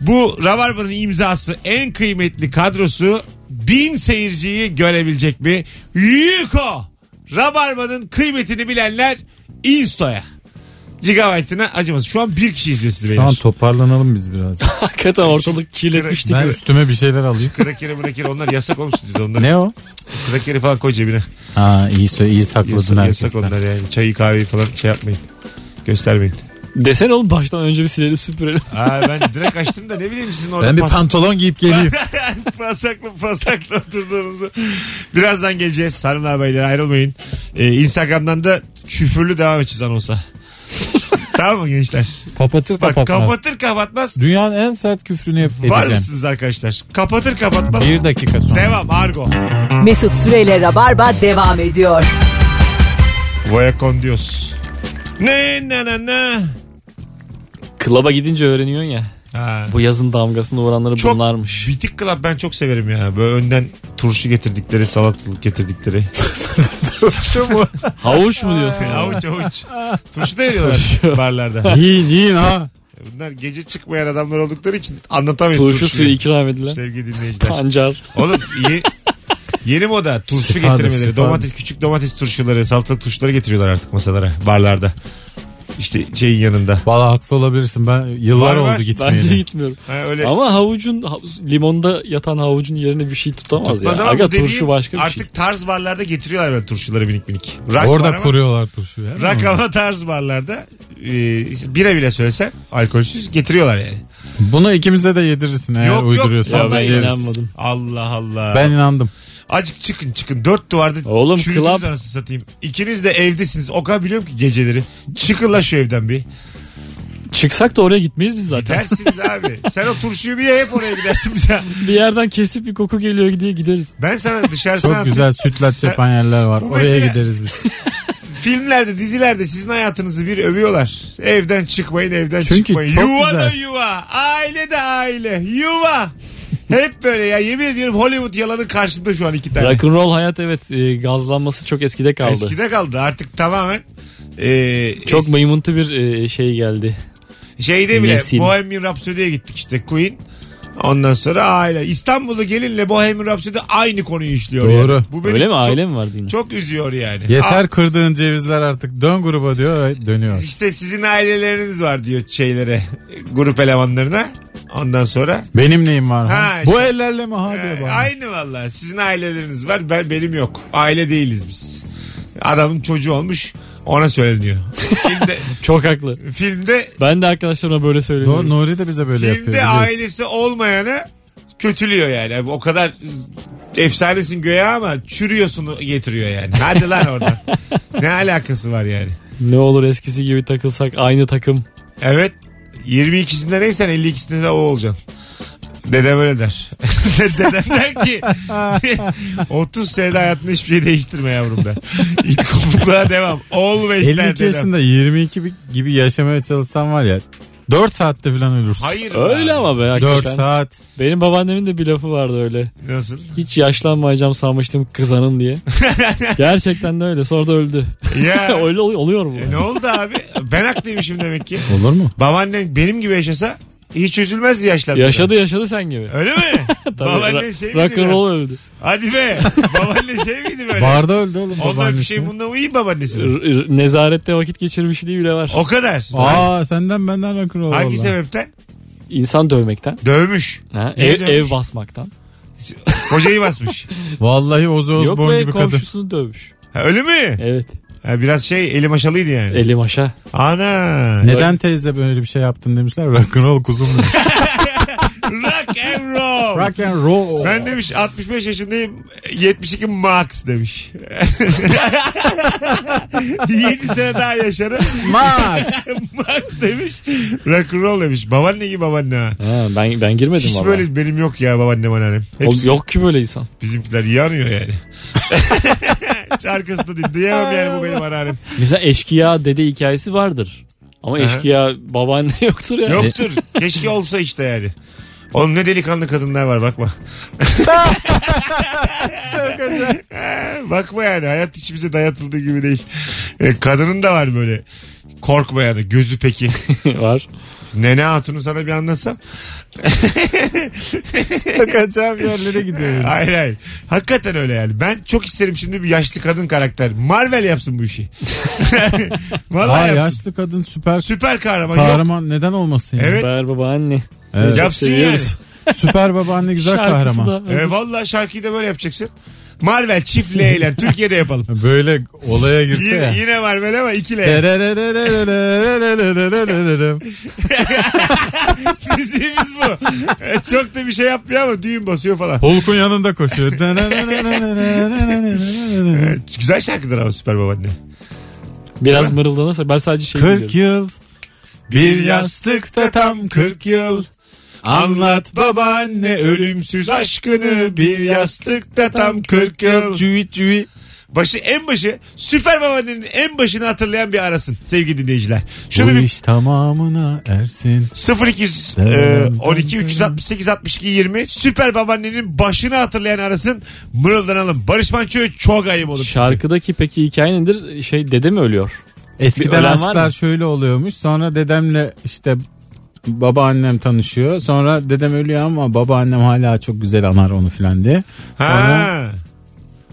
S2: bu Rabarba'nın imzası en kıymetli kadrosu bin seyirciyi görebilecek mi? Yuko! Rabarba'nın kıymetini bilenler Insta'ya. Gigabyte'ına acımasın. Şu an bir kişi izliyor sizi
S4: Şu an
S2: beyler.
S4: toparlanalım biz birazcık.
S3: Hakikaten ortalık kirletmiştik.
S4: ben üstüme bir şeyler alayım.
S2: Krakeri mrakeri onlar yasak olmuş siz onları.
S4: ne o?
S2: Krakeri falan koy cebine.
S4: Ha iyi sö- iyi sakladın
S2: Yasak, yasak
S4: herkesten.
S2: onlar yani. Çayı kahveyi falan şey yapmayın. Göstermeyin.
S3: Desene oğlum baştan önce bir silelim süpürelim.
S2: Aa, ben direkt açtım da ne bileyim sizin orada
S4: Ben bir
S2: pas-
S4: pantolon giyip geleyim.
S2: pasaklı pasaklı oturduğunuzu. Birazdan geleceğiz hanımlar beyler ayrılmayın. Ee, Instagram'dan da küfürlü devam edeceğiz anonsa. tamam mı gençler?
S4: Kapatır
S2: Bak
S4: kapatmaz.
S2: kapatır kapatmaz
S4: Dünyanın en sert küfrünü yap-
S2: var
S4: edeceğim.
S2: mısınız arkadaşlar? Kapatır kapatmaz
S4: Bir dakika sonra.
S2: devam argo.
S1: Mesut Süreyle Rabarba devam ediyor.
S2: Vaya con Dios. Ne ne ne ne.
S3: Klaba gidince öğreniyorsun ya.
S2: Ha.
S3: Bu yazın damgasını vuranları
S2: Çok
S3: bunlarmış.
S2: Bitik Club ben çok severim ya. Böyle önden turşu getirdikleri, salatalık getirdikleri.
S3: Havuç mu diyorsun? ya?
S2: avuç avuç. Turşu da yiyorlar barlarda.
S4: Yiyin yiyin ha.
S2: Bunlar gece çıkmayan adamlar oldukları için anlatamayız
S3: Turşu
S2: turşuyu.
S3: suyu ikram edilen.
S2: Sevgili dinleyiciler.
S3: Pancar.
S2: Oğlum ye- yeni moda turşu
S4: Sıfadır,
S2: getirmeleri.
S4: sıfadır.
S2: Domates, küçük domates turşuları, salatalık turşuları getiriyorlar artık masalara, barlarda. İşte şeyin yanında.
S4: Valla haklı olabilirsin. Ben
S2: Var,
S4: yıllar
S2: var.
S4: oldu
S3: Ben de
S4: gitmeyeli.
S3: gitmiyorum.
S2: Ha, öyle.
S3: Ama havucun ha- limonda yatan havucun yerine bir şey tutamaz
S2: Tutmaz
S3: ya.
S2: ama
S3: Aga
S2: bu dediğim
S3: turşu başka bir
S2: artık
S3: şey.
S2: tarz barlarda getiriyorlar böyle turşuları minik minik. Rak var
S4: Orada
S2: ama-
S4: kuruyorlar turşuyu. Hmm. ya.
S2: Rak ama tarz barlarda e, işte bira bile söylesen alkolsüz getiriyorlar yani.
S4: Bunu ikimize de yedirirsin eğer
S2: Yok, yok.
S4: uyduruyorsan.
S2: Ya
S3: Ya
S4: Biz
S3: ben
S4: yeriz.
S3: inanmadım.
S2: Allah Allah.
S4: Ben inandım.
S2: Acık çıkın çıkın. Dört duvarda
S3: Oğlum,
S2: çürüdünüz
S3: club-
S2: anasını satayım. İkiniz de evdesiniz. O kadar biliyorum ki geceleri. Çıkın la şu evden bir.
S3: Çıksak da oraya gitmeyiz biz zaten.
S2: Dersiniz abi. Sen o turşuyu bir ye hep oraya gidersin bir daha.
S3: Bir yerden kesip bir koku geliyor diye gideriz.
S2: Ben sana dışarısına
S4: Çok güzel sütlaç
S2: Sen-
S4: yapan yerler var.
S2: Bu
S4: Oraya
S2: mesela-
S4: gideriz biz.
S2: Filmlerde dizilerde sizin hayatınızı bir övüyorlar. Evden çıkmayın evden
S4: Çünkü
S2: çıkmayın.
S4: çok
S2: yuva da
S4: güzel.
S2: yuva. Aile de aile. Yuva. Hep böyle ya yemin ediyorum Hollywood yalanı karşımda şu an iki tane.
S3: Rock'n'roll hayat evet e, gazlanması çok eskide kaldı.
S2: Eskide kaldı artık tamamen. Ee,
S3: Çok
S2: es-
S3: mıymıntı bir e, şey geldi.
S2: Şeyde bile
S3: Nesil.
S2: Bohemian Rhapsody'ye gittik işte Queen. Ondan sonra aile. İstanbul'u gelinle Bohemian Rhapsody aynı konuyu işliyor.
S4: Doğru.
S2: yani. Bu beni
S3: Öyle mi?
S2: Çok,
S3: Aile mi vardı yine?
S2: Çok üzüyor yani.
S4: Yeter kırdığın cevizler artık dön gruba diyor dönüyor.
S2: İşte sizin aileleriniz var diyor şeylere grup elemanlarına. Ondan sonra
S4: Benim neyim var?
S2: Ha,
S4: ha?
S2: işte-
S4: Bu ellerle mi ha diyor
S2: e,
S4: bana.
S2: aynı vallahi sizin aileleriniz var ben benim yok. Aile değiliz biz. Adamın çocuğu olmuş ona söyleniyor. filmde,
S3: Çok haklı.
S2: filmde
S3: Ben de arkadaşlarıma böyle söylüyorum.
S4: Doğru, Nuri de bize böyle yapıyor.
S2: filmde
S4: biliyorsun.
S2: ailesi olmayanı kötülüyor yani. O kadar efsanesin göğe ama çürüyorsun getiriyor yani. Hadi lan oradan. ne alakası var yani?
S3: Ne olur eskisi gibi takılsak aynı takım.
S2: Evet. 22'sinde neysen 52'sinde de o olacaksın. Dedem öyle der. Dedem der ki 30 senede hayatında hiçbir şey değiştirme yavrum der. İlk kopukluğa devam. Always der
S4: 52
S2: dedem.
S4: yaşında 22 bi- gibi yaşamaya çalışsan var ya 4 saatte falan ölürsün.
S2: Hayır.
S3: Öyle
S2: lan.
S3: ama be
S4: 4
S3: hakikaten.
S4: saat.
S3: Benim babaannemin de bir lafı vardı öyle.
S2: Nasıl?
S3: Hiç yaşlanmayacağım sanmıştım kızanın diye. Gerçekten de öyle. Sonra da öldü.
S2: Ya.
S3: öyle ol- oluyor mu?
S2: E ne oldu abi? Ben haklıymışım demek ki.
S4: Olur mu?
S2: Babaannen benim gibi yaşasa hiç üzülmezdi yaşlandı.
S3: yaşadı yaşadı sen gibi.
S2: Öyle mi?
S3: Tabii,
S2: Babaannen
S3: ra-
S2: şey mi
S3: rock and
S2: dedi?
S3: roll öldü.
S2: Hadi be. Babaanne şey miydi böyle?
S4: Barda öldü oğlum
S2: Onlar bir şey
S4: babaannesi.
S2: bundan uyuyayım babaannesi. mi?
S3: R- r- nezarette vakit geçirmişliği bile var.
S2: O kadar.
S4: Aa senden benden rakır oldu.
S2: Hangi sebepten?
S3: İnsan dövmekten,
S2: Dövmüş.
S3: ha,
S2: Niye
S3: ev,
S2: dövmüş?
S3: ev basmaktan.
S2: Kocayı basmış.
S4: Vallahi Ozzy
S3: Yok
S4: Osbourne
S3: be
S4: gibi kadın.
S3: komşusunu dövmüş.
S2: Ha, öyle mi?
S3: Evet.
S2: Ha, biraz şey eli maşalıydı yani.
S3: Eli maşa.
S2: Ana.
S4: Neden teyze böyle bir şey yaptın demişler. Rock'n'roll kuzum. demiş.
S2: Rock and roll.
S4: Rock and roll.
S2: Ben demiş 65 yaşındayım 72 max demiş. 7 sene daha yaşarım.
S4: Max.
S2: max demiş. Rock and roll demiş. Babaanne gibi babaanne ha.
S3: Ha, ben ben girmedim
S2: Hiç
S3: vallahi.
S2: böyle benim yok ya babaannem anneannem.
S3: Oğlum
S2: Hepsi
S3: Yok ki böyle insan.
S2: bizimkiler yanıyor yani. Şarkısını din- duyamam yani bu benim anneannem.
S3: Mesela eşkıya dede hikayesi vardır. Ama
S2: Aha.
S3: eşkıya babaanne yoktur ya.
S2: Yoktur. Keşke olsa işte yani. Oğlum ne delikanlı kadınlar var bakma.
S4: Çok özel.
S2: bakma yani hayat içimize dayatıldığı gibi değil. E, kadının da var böyle korkmayanı gözü peki.
S3: var.
S2: Nene Hatun'u sana bir anlatsam.
S4: Kaçağım yerlere gidiyor.
S2: Hayır hayır. Hakikaten öyle yani. Ben çok isterim şimdi bir yaşlı kadın karakter. Marvel yapsın bu işi. Vallahi
S4: Aa,
S2: yapsın.
S4: yaşlı kadın süper
S2: Süper kahraman. Yok.
S4: kahraman neden olmasın ya?
S2: Evet.
S3: Ber babaanne.
S4: Evet.
S2: Yapsın yani.
S3: seviyoruz.
S4: Süper babaanne şey güzel
S3: Şarkısı
S4: kahraman.
S3: da-
S2: E, vallahi şarkıyı da böyle yapacaksın. Marvel çift L ile Türkiye'de yapalım.
S4: Böyle olaya girse
S2: Yine,
S4: ya.
S2: yine Marvel ama iki L.
S4: Derererererererererererererererererererererererererererererererererererererererererererererererererererererererererererererererler.
S2: Bizimiz bu. E, çok da bir şey yapmıyor ama düğün basıyor falan.
S4: Hulk'un yanında koşuyor.
S2: E, güzel şarkıdır ama Süper Babaanne.
S3: Biraz mırıldanırsa ben sadece şey
S4: 40
S3: biliyorum.
S4: yıl bir yastıkta tam 40 yıl Anlat babaanne ölümsüz aşkını bir yastıkta tam 40 yıl. Cüvi cüvi.
S2: Başı en başı Süper Babaanne'nin en başını hatırlayan bir arasın sevgili dinleyiciler.
S4: Bu
S2: Şunu bir
S4: iş tamamına ersin.
S2: 0200 e, 12 368 62 20 Süper Babaanne'nin başını hatırlayan arasın. Mırıldanalım. Barış Manço'ya çok ayıp olur.
S3: Şarkıdaki peki hikaye nedir? Şey dede mi ölüyor? Bir
S4: Eskiden
S3: ölen var
S4: aşklar
S3: mı?
S4: şöyle oluyormuş. Sonra dedemle işte babaannem tanışıyor. Sonra dedem ölüyor ama babaannem hala çok güzel anar onu filan diye.
S2: Ha.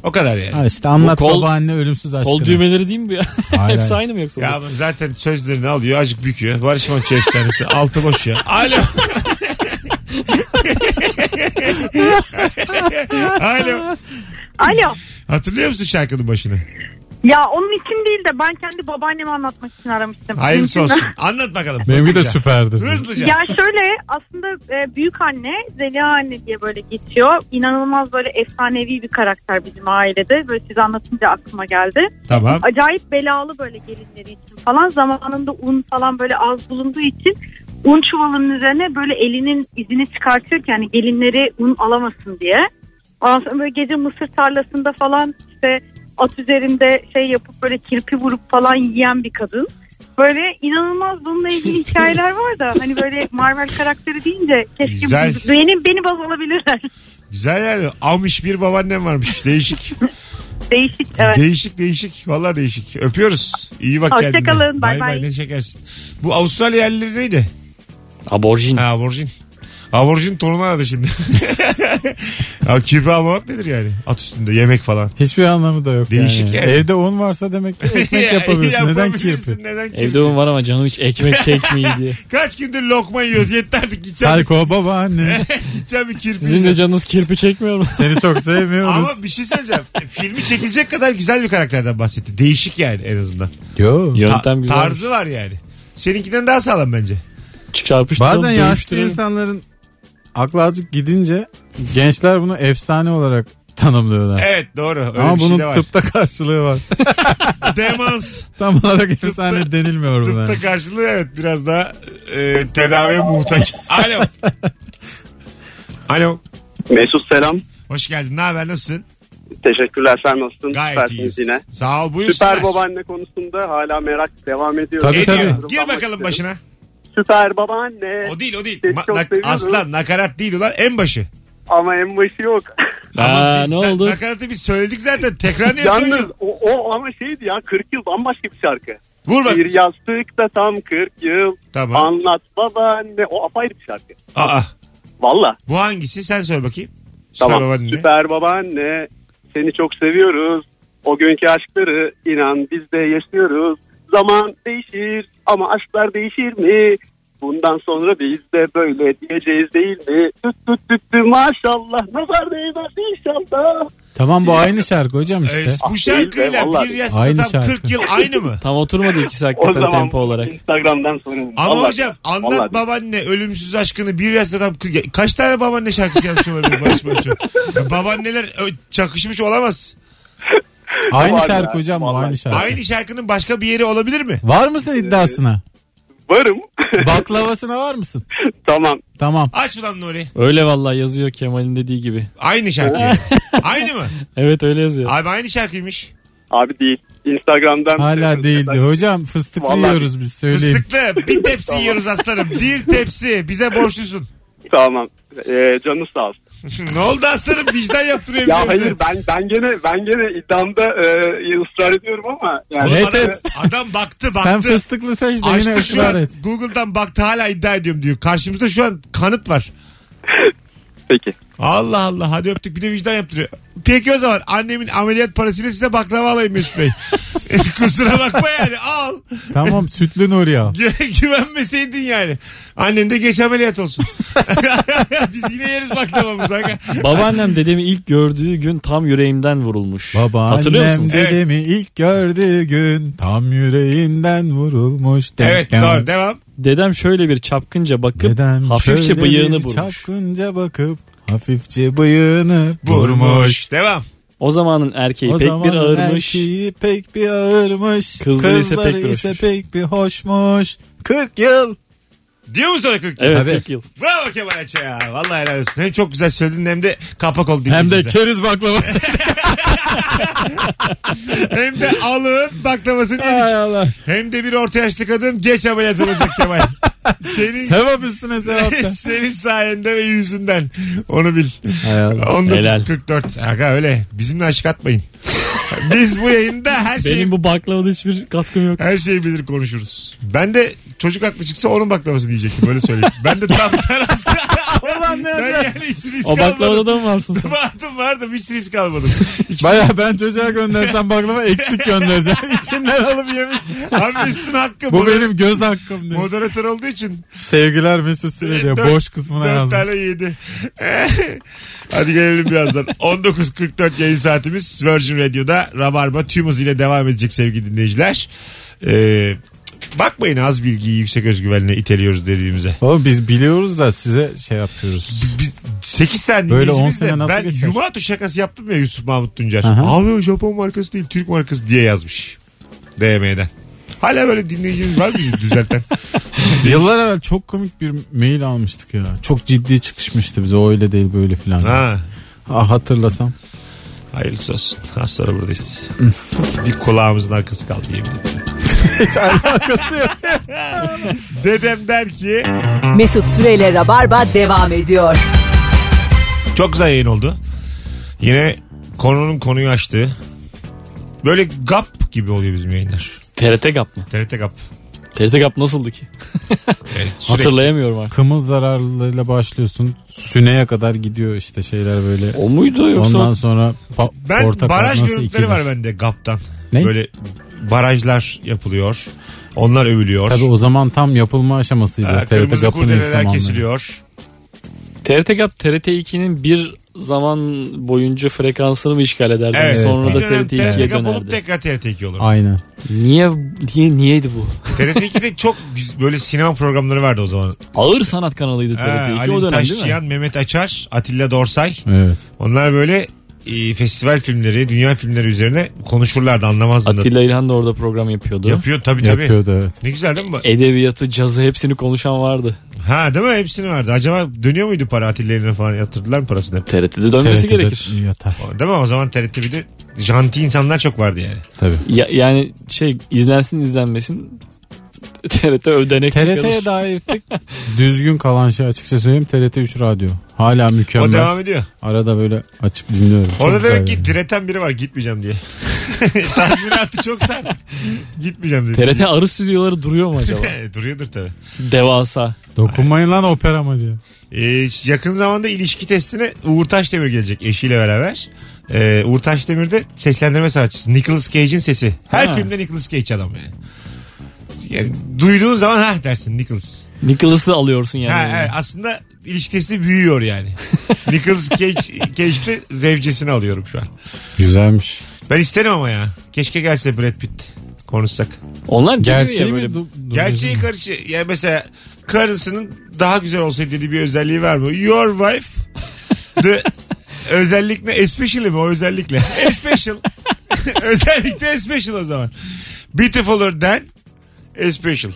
S2: O kadar yani.
S4: Ha işte anlat
S3: Bu kol-
S4: babaanne ölümsüz aşkını.
S3: Kol düğmeleri değil mi bu ya?
S4: Hayır,
S3: Hepsi
S4: hayır.
S3: aynı mı yoksa?
S2: Ya ama zaten sözlerini alıyor acık büküyor. Barış Manço efsanesi. Altı boş ya. Alo. Alo.
S8: Alo.
S2: Hatırlıyor musun şarkının başını?
S8: Ya onun için değil de ben kendi babaannemi anlatmak için aramıştım.
S2: Hayırlısı
S8: Mümkün mü?
S2: olsun. Anlat bakalım.
S4: Benimki de
S2: Hızlıca.
S4: süperdir.
S2: Hızlıca.
S8: Ya şöyle aslında e, büyük anne Zeliha anne diye böyle geçiyor. İnanılmaz böyle efsanevi bir karakter bizim ailede. Böyle size anlatınca aklıma geldi.
S2: Tamam.
S8: Acayip belalı böyle gelinleri için falan zamanında un falan böyle az bulunduğu için un çuvalının üzerine böyle elinin izini çıkartıyor ki yani gelinleri un alamasın diye. Ondan sonra böyle gece mısır tarlasında falan işte at üzerinde şey yapıp böyle kirpi vurup falan yiyen bir kadın. Böyle inanılmaz bununla ilgili hikayeler var da hani böyle Marvel karakteri deyince keşke
S2: Güzel.
S8: beni, beni baz alabilirler.
S2: Güzel yani. Almış bir babaannem varmış. Değişik.
S8: Değişik evet.
S2: Değişik değişik. Vallahi değişik. Öpüyoruz. İyi bak
S8: Hoşça
S2: kendine.
S8: kalın. Bay bay.
S2: Ne şekersin. Bu Avustralya yerlileri neydi?
S3: Aborjin.
S2: Ha, aborjin. Aborjin torunu aradı şimdi. ya kibra almamak nedir yani? At üstünde yemek falan.
S4: Hiçbir anlamı da yok
S2: Değişik
S4: yani.
S2: yani.
S4: Evde un varsa demek ki ekmek
S2: Ya,
S4: yapabilirsin. Neden
S2: yapabilirsin,
S4: kirpi?
S2: Neden kirpi?
S3: Evde un var ama canım hiç ekmek çekmiyor diye.
S2: Kaç gündür lokma yiyoruz yetti artık gideceğim,
S4: Psycho babaanne.
S2: gideceğim bir kirpi
S3: Sizin de
S2: yiyeceğim.
S3: canınız kirpi çekmiyor mu?
S4: Seni çok
S2: Ama
S4: sevmiyoruz.
S2: bir şey söyleyeceğim. Filmi çekilecek kadar güzel bir karakterden bahsetti. Değişik yani en azından.
S4: Yo.
S2: Ta-
S3: Yöntem güzel.
S2: tarzı var yani. Seninkinden daha sağlam bence.
S3: Çarpıştıralım,
S4: Bazen yaşlı
S3: dövüştürelim.
S4: insanların aklı azıcık gidince gençler bunu efsane olarak tanımlıyorlar.
S2: Evet doğru. Öyle
S4: Ama
S2: bir
S4: bunun
S2: şey de var.
S4: tıpta karşılığı var.
S2: Demans.
S4: Tam olarak efsane denilmiyor buna.
S2: Tıpta karşılığı evet biraz daha e, tedaviye muhtaç. Alo. Alo.
S9: Mesut selam.
S2: Hoş geldin. Ne haber? Nasılsın?
S9: Teşekkürler. Sen nasılsın?
S2: Gayet
S9: Süpersiniz
S2: iyiyiz.
S9: yine.
S2: Sağ ol. Buyur.
S9: Süper babaanne konusunda hala merak devam ediyor.
S4: Tabii,
S2: Ediyor.
S4: tabii.
S2: Gir bakalım başına.
S9: Süper babaanne.
S2: O değil o değil.
S9: Seni
S2: Ma-
S9: çok
S2: nak-
S9: seviyorum.
S2: aslan nakarat değil ulan en başı.
S9: Ama en başı yok.
S3: Aa,
S2: biz
S3: ne
S2: sen-
S3: oldu?
S2: Nakaratı biz söyledik zaten. Tekrar niye
S9: Yalnız
S2: söylüyorsun?
S9: o, o ama şeydi ya 40 yıl bambaşka bir şarkı.
S2: Vur bak.
S9: Bir yastıkta tam 40 yıl.
S2: Tamam.
S9: Anlat babaanne. O apayrı bir şarkı.
S2: Aa,
S9: Valla.
S2: bu hangisi? Sen söyle bakayım. Süper
S9: Tamam.
S2: babaanne.
S9: Süper babaanne. Seni çok seviyoruz. O günkü aşkları inan biz de yaşıyoruz. Zaman değişir ama aşklar değişir mi? Bundan sonra biz de böyle diyeceğiz değil mi? Tüt tüt tüt tü maşallah. Nazar değmez inşallah.
S4: Tamam bu aynı şarkı hocam işte.
S2: Ee, bu
S9: değil
S2: şarkıyla
S9: be, vallahi.
S2: bir yastıkta
S4: Aynı
S2: tam
S4: şarkı.
S2: 40 yıl aynı mı?
S3: Tam oturmadı ikisi
S9: O
S3: hakikaten
S9: zaman
S3: tempo olarak.
S9: Instagram'dan sorun.
S2: Ama
S9: Vallahi.
S2: hocam anlat
S9: Vallahi.
S2: babaanne ölümsüz aşkını bir yaz adam kırk- kaç tane babaanne şarkısı yazmış olabilir Barış Manço? Ya Babaanneler ö- çakışmış olamaz.
S4: Aynı
S9: Var ya,
S4: şarkı hocam bu
S9: vallahi.
S4: aynı şarkı.
S2: Aynı şarkının başka bir yeri olabilir mi?
S4: Var mısın iddiasına?
S9: Varım.
S4: Baklavasına var mısın?
S9: tamam.
S4: Tamam.
S2: Aç ulan Nuri.
S3: Öyle vallahi yazıyor Kemal'in dediği gibi.
S2: Aynı şarkı. yani. aynı mı?
S3: Evet öyle yazıyor.
S2: Abi aynı şarkıymış.
S9: Abi değil. Instagram'dan.
S4: Hala değildi. Hocam fıstıklı
S9: Vallahi-
S4: yiyoruz biz söyleyin.
S2: Fıstıklı bir tepsi yiyoruz aslanım. Bir tepsi. Bize borçlusun.
S9: Tamam. Ee, canı sağ olsun.
S2: ne oldu aslanım vicdan yaptırıyor
S9: Ya
S2: bize.
S9: hayır ben ben gene ben gene iddiamda e, ısrar ediyorum ama yani
S2: Oğlum
S4: Evet,
S2: adam,
S4: evet.
S2: adam baktı baktı.
S4: Sen fıstıklı seç de yine
S2: Açtı şu
S4: ısrar
S2: an
S4: et.
S2: Google'dan baktı hala iddia ediyorum diyor. Karşımızda şu an kanıt var.
S9: peki.
S2: Allah Allah hadi öptük bir de vicdan yaptırıyor. Peki o zaman annemin ameliyat parasıyla size baklava alayım Mesut Bey. Kusura bakma yani al.
S4: Tamam sütlü Nuri al.
S2: Gü- Güvenmeseydin yani. Annen de geç ameliyat olsun. Biz yine yeriz baklavamızı. aga.
S3: Babaannem dedemi ilk gördüğü gün tam yüreğimden vurulmuş. Hatırlıyor
S4: Babaannem
S3: musun?
S4: dedemi ilk gördüğü gün tam yüreğinden vurulmuş. Dem-
S2: Evet
S4: dem-
S2: doğru devam.
S3: Dedem şöyle bir çapkınca bakıp
S4: Dedem şöyle
S3: hafifçe
S4: bir
S3: bıyığını vurmuş.
S4: Çapkınca bakıp hafifçe bıyığını vurmuş.
S2: Burmuş. Devam.
S3: O zamanın erkeği
S4: O
S3: pek
S4: zaman
S3: bir ağırmış.
S4: erkeği pek bir ağırmış.
S3: Kızları ise
S4: Kızları
S3: pek bir
S4: ise
S3: hoşmuş.
S4: pek bir hoşmuş. 40 yıl.
S2: Diyor mu sana 40 yıl?
S3: Evet
S4: Tabii.
S3: pek yıl.
S2: Bravo Kemal Ayça ya. Vallahi helal olsun. Hem çok güzel söyledin hem de kapak oldu.
S4: Hem de
S2: dinleyicimize.
S4: keriz baklavası.
S2: hem de alın baklavasını
S4: Hay
S2: yedik.
S4: Allah.
S2: Hem de bir orta yaşlı kadın geç ameliyat olacak Kemal. Senin
S4: Sevap üstüne sevap. da.
S2: senin sayende ve yüzünden. Onu bil.
S4: Hay Allah.
S2: 19.44. Aga öyle. Bizimle aşık atmayın. Biz bu yayında her şeyi
S3: Benim bu baklavada hiçbir katkım yok.
S2: her şeyi bilir konuşuruz. Ben de çocuk aklı çıksa onun baklavasını yiyecektim. Böyle söyleyeyim. Ben de tam tarafsız.
S4: Ulan ne
S2: ben
S4: acayip.
S2: yani hiç risk
S3: O
S2: almadım.
S3: baklavada da mı varsın sen?
S2: Vardım vardım hiç risk almadım.
S4: Baya ben çocuğa göndersem baklava eksik göndereceğim. İçinden alıp yemiş.
S2: Abi üstün hakkı.
S4: Bu
S2: Moder-
S4: benim göz hakkım diye.
S2: Moderatör olduğu için
S4: Sevgiler Mesut Süre diyor.
S2: Dört-
S4: Boş kısmına
S2: Dört
S4: yazmış.
S2: tane yedi. Hadi gelelim birazdan. 19.44 yayın saatimiz Virgin Radio'da Rabarba tüm hızıyla devam edecek sevgili dinleyiciler. Ee, bakmayın az bilgiyi yüksek özgüvenle iteliyoruz dediğimize.
S4: Oğlum biz biliyoruz da size şey yapıyoruz.
S2: 8 tane
S4: Böyle
S2: dinleyicimiz
S4: on sene
S2: de
S4: nasıl
S2: ben
S4: geçer?
S2: Yumatu şakası yaptım ya Yusuf Mahmut Tuncer.
S4: Aha.
S2: Abi Japon markası değil Türk markası diye yazmış. DM'den. Hala böyle dinleyicimiz var mı bizi düzelten?
S4: Yıllar evvel çok komik bir mail almıştık ya. Çok ciddi çıkışmıştı bize o öyle değil böyle filan. Ha.
S2: ha.
S4: hatırlasam.
S2: Hayırlısı olsun. Az sonra buradayız. bir kulağımızın arkası kaldı yemin ederim.
S4: Hiç alakası yok.
S2: Dedem der ki
S1: Mesut Süreyle Rabarba devam ediyor.
S2: çok güzel yayın oldu. Yine konunun konuyu açtığı. Böyle gap gibi oluyor bizim yayınlar.
S3: TRT GAP mı?
S2: TRT gap.
S3: TRT GAP nasıldı ki?
S2: Evet, sürekli.
S3: Hatırlayamıyorum artık.
S4: Kımıl zararlılarıyla başlıyorsun. Süneye kadar gidiyor işte şeyler böyle.
S3: O muydu yoksa?
S4: Ondan sonra pa-
S2: Ben
S4: portakal
S2: baraj
S4: nasıl
S2: görüntüleri
S4: ikidir?
S2: var bende gaptan.
S4: Ne?
S2: Böyle barajlar yapılıyor. Onlar övülüyor.
S4: Tabii o zaman tam yapılma aşamasıydı.
S2: Ee,
S4: TRT
S2: kırmızı
S4: kapının ilk
S2: kurdeleler
S4: zamanları.
S2: kesiliyor.
S3: TRT GAP TRT 2'nin bir zaman boyunca frekansını mı işgal ederdi?
S2: Evet.
S3: Sonra
S2: Bir
S3: da
S2: dönem
S3: TRT 2'ye
S2: TRT gap olup
S3: dönerdi.
S2: tekrar TRT 2 olur.
S4: Aynen.
S3: Niye, niye, niyeydi bu?
S2: TRT 2'de çok güz- böyle sinema programları vardı o zaman.
S3: Ağır sanat kanalıydı TRT
S2: Ha,
S3: 2 o
S2: Ali
S3: dönem değil mi?
S2: Taşçıyan, Mehmet Açar, Atilla Dorsay.
S4: Evet.
S2: Onlar böyle e, festival filmleri, dünya filmleri üzerine konuşurlardı anlamazdın da.
S3: Atilla İlhan da orada program yapıyordu.
S2: Yapıyor tabii tabii.
S4: Yapıyordu evet.
S2: Ne güzel değil mi?
S3: E-
S2: bu?
S3: Edebiyatı, cazı hepsini konuşan vardı.
S2: Ha değil mi? Hepsini vardı. Acaba dönüyor muydu para Atilla İlhan'a falan yatırdılar mı parasını? hep?
S3: TRT'de dönmesi
S4: TRT'de
S3: gerekir.
S4: Yatar.
S2: O- Değil mi? O zaman TRT'de bir de janti insanlar çok vardı yani.
S4: Tabii.
S3: Ya, yani şey izlensin izlenmesin TRT ödenek
S4: TRT'ye
S3: çıkarır.
S4: dair tek düzgün kalan şey açıkça söyleyeyim TRT 3 radyo. Hala
S2: O
S4: mükemmel.
S2: devam ediyor.
S4: Arada böyle açıp dinliyorum. Çok
S2: Orada
S4: güzel
S2: demek ki
S4: yani.
S2: direten biri var gitmeyeceğim diye. Tazminatı çok sert. gitmeyeceğim diye.
S3: TRT arı stüdyoları duruyor mu acaba?
S2: E, Duruyordur tabii.
S3: Devasa.
S4: Dokunmayın lan opera mı diye.
S2: E, yakın zamanda ilişki testine Uğur Taşdemir gelecek eşiyle beraber. E, Uğur Taşdemir de seslendirme sanatçısı. Nicolas Cage'in sesi. Her
S3: Ha.
S2: filmde Nicolas Cage adam yani. yani duyduğun zaman ha dersin Nicolas.
S3: Nicholas'ı alıyorsun yani.
S2: Ha, evet, aslında ilişki testi büyüyor yani. Nicolas Cage, Cage'de zevcesini alıyorum şu an.
S4: Güzelmiş.
S2: Ben isterim ama ya. Keşke gelse Brad Pitt konuşsak.
S3: Onlar geliyor
S4: Gerçeği
S3: ya böyle.
S4: mi? Du-
S2: Gerçeği
S4: dublajı mı?
S2: karışı. Yani mesela karısının daha güzel olsaydı dediği bir özelliği var mı? Your wife the özellik ne? Especially mi o özellikle? Especial. özellikle especial o zaman. Beautiful'er than especial.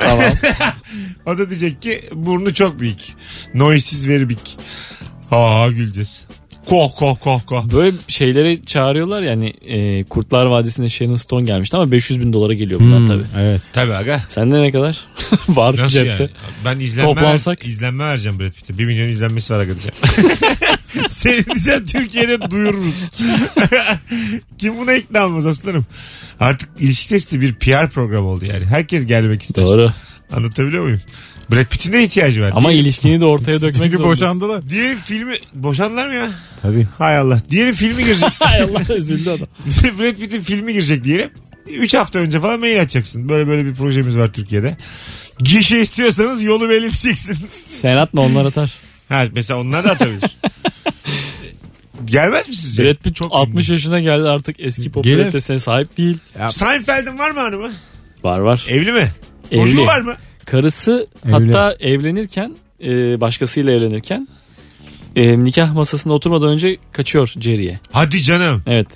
S3: Tamam.
S2: O da diyecek ki burnu çok büyük. Noisiz very big. Ha ha, güleceğiz.
S4: Koh koh koh koh.
S3: Böyle şeylere çağırıyorlar yani e, Kurtlar Vadisi'ne Sharon Stone gelmişti ama 500 bin dolara geliyor bunlar tabii.
S4: Evet.
S2: Tabii aga.
S3: Sende ne kadar var
S2: Nasıl
S3: cepte?
S2: yani? Ben izlenme,
S3: Toplansak.
S2: izlenme vereceğim Brad Pitt'e. 1 milyon izlenmesi var arkadaşlar. Seni diyeceğim Türkiye'de duyururuz. Kim buna ikna olmaz aslanım. Artık ilişki testi bir PR programı oldu yani. Herkes gelmek ister.
S3: Doğru.
S2: Anlatabiliyor muyum? Brad Pitt'in de ihtiyacı var.
S3: Ama ilişkini de ortaya dökmek
S4: Çünkü
S3: zorundasın.
S4: boşandılar.
S2: Diğeri filmi... Boşandılar mı ya?
S4: Tabii.
S2: Hay Allah. Diğeri filmi girecek.
S3: Hay Allah üzüldü adam.
S2: Brad Pitt'in filmi girecek diyelim. 3 hafta önce falan mail açacaksın. Böyle böyle bir projemiz var Türkiye'de. Gişe istiyorsanız yolu belirleyeceksin.
S3: Sen atma onlar atar.
S2: Ha mesela onlar da atabilir. Gelmez mi sizce?
S3: Brad Pitt
S2: Çok
S3: 60
S2: ünlü.
S3: yaşına geldi artık eski popülaritesine sahip değil.
S2: Seinfeld'in var mı hanımı?
S3: Var var.
S2: Evli mi? Çocuğu
S3: Evli.
S2: var mı?
S3: Karısı
S4: Evli.
S3: hatta evlenirken e, başkasıyla evlenirken e, nikah masasına oturmadan önce kaçıyor Jerry'e.
S2: Hadi canım.
S3: Evet.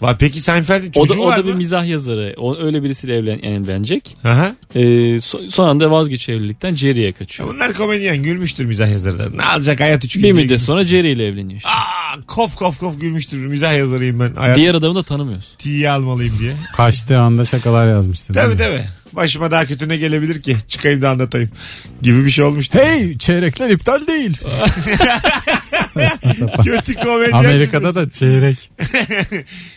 S2: Va, Peki Seinfeld'in
S3: O
S2: çocuğu
S3: da, o
S2: var
S3: da bir
S2: mı?
S3: mizah yazarı. O, öyle birisiyle evlen, evlenecek.
S2: Aha.
S3: E, so- son anda vazgeçiyor evlilikten Jerry'e kaçıyor.
S2: Bunlar komedyen gülmüştür mizah yazarı. Ne alacak hayat üç gün
S3: Bir
S2: diye
S3: müddet
S2: gülmüş.
S3: sonra Jerry ile evleniyor. işte.
S2: Aa, kof kof kof gülmüştür mizah yazarıyım ben. Hayat
S3: Diğer adamı da tanımıyoruz.
S2: tiye almalıyım diye.
S4: Kaçtığı anda şakalar yazmıştı. değil
S2: Tabii
S4: mi?
S2: tabii. Başıma daha kötü ne gelebilir ki? Çıkayım da anlatayım. Gibi bir şey olmuştu.
S4: Hey çeyrekler iptal değil. Saçma sapan.
S2: kötü komedyen.
S4: Amerika'da
S2: çıkmış.
S4: da çeyrek.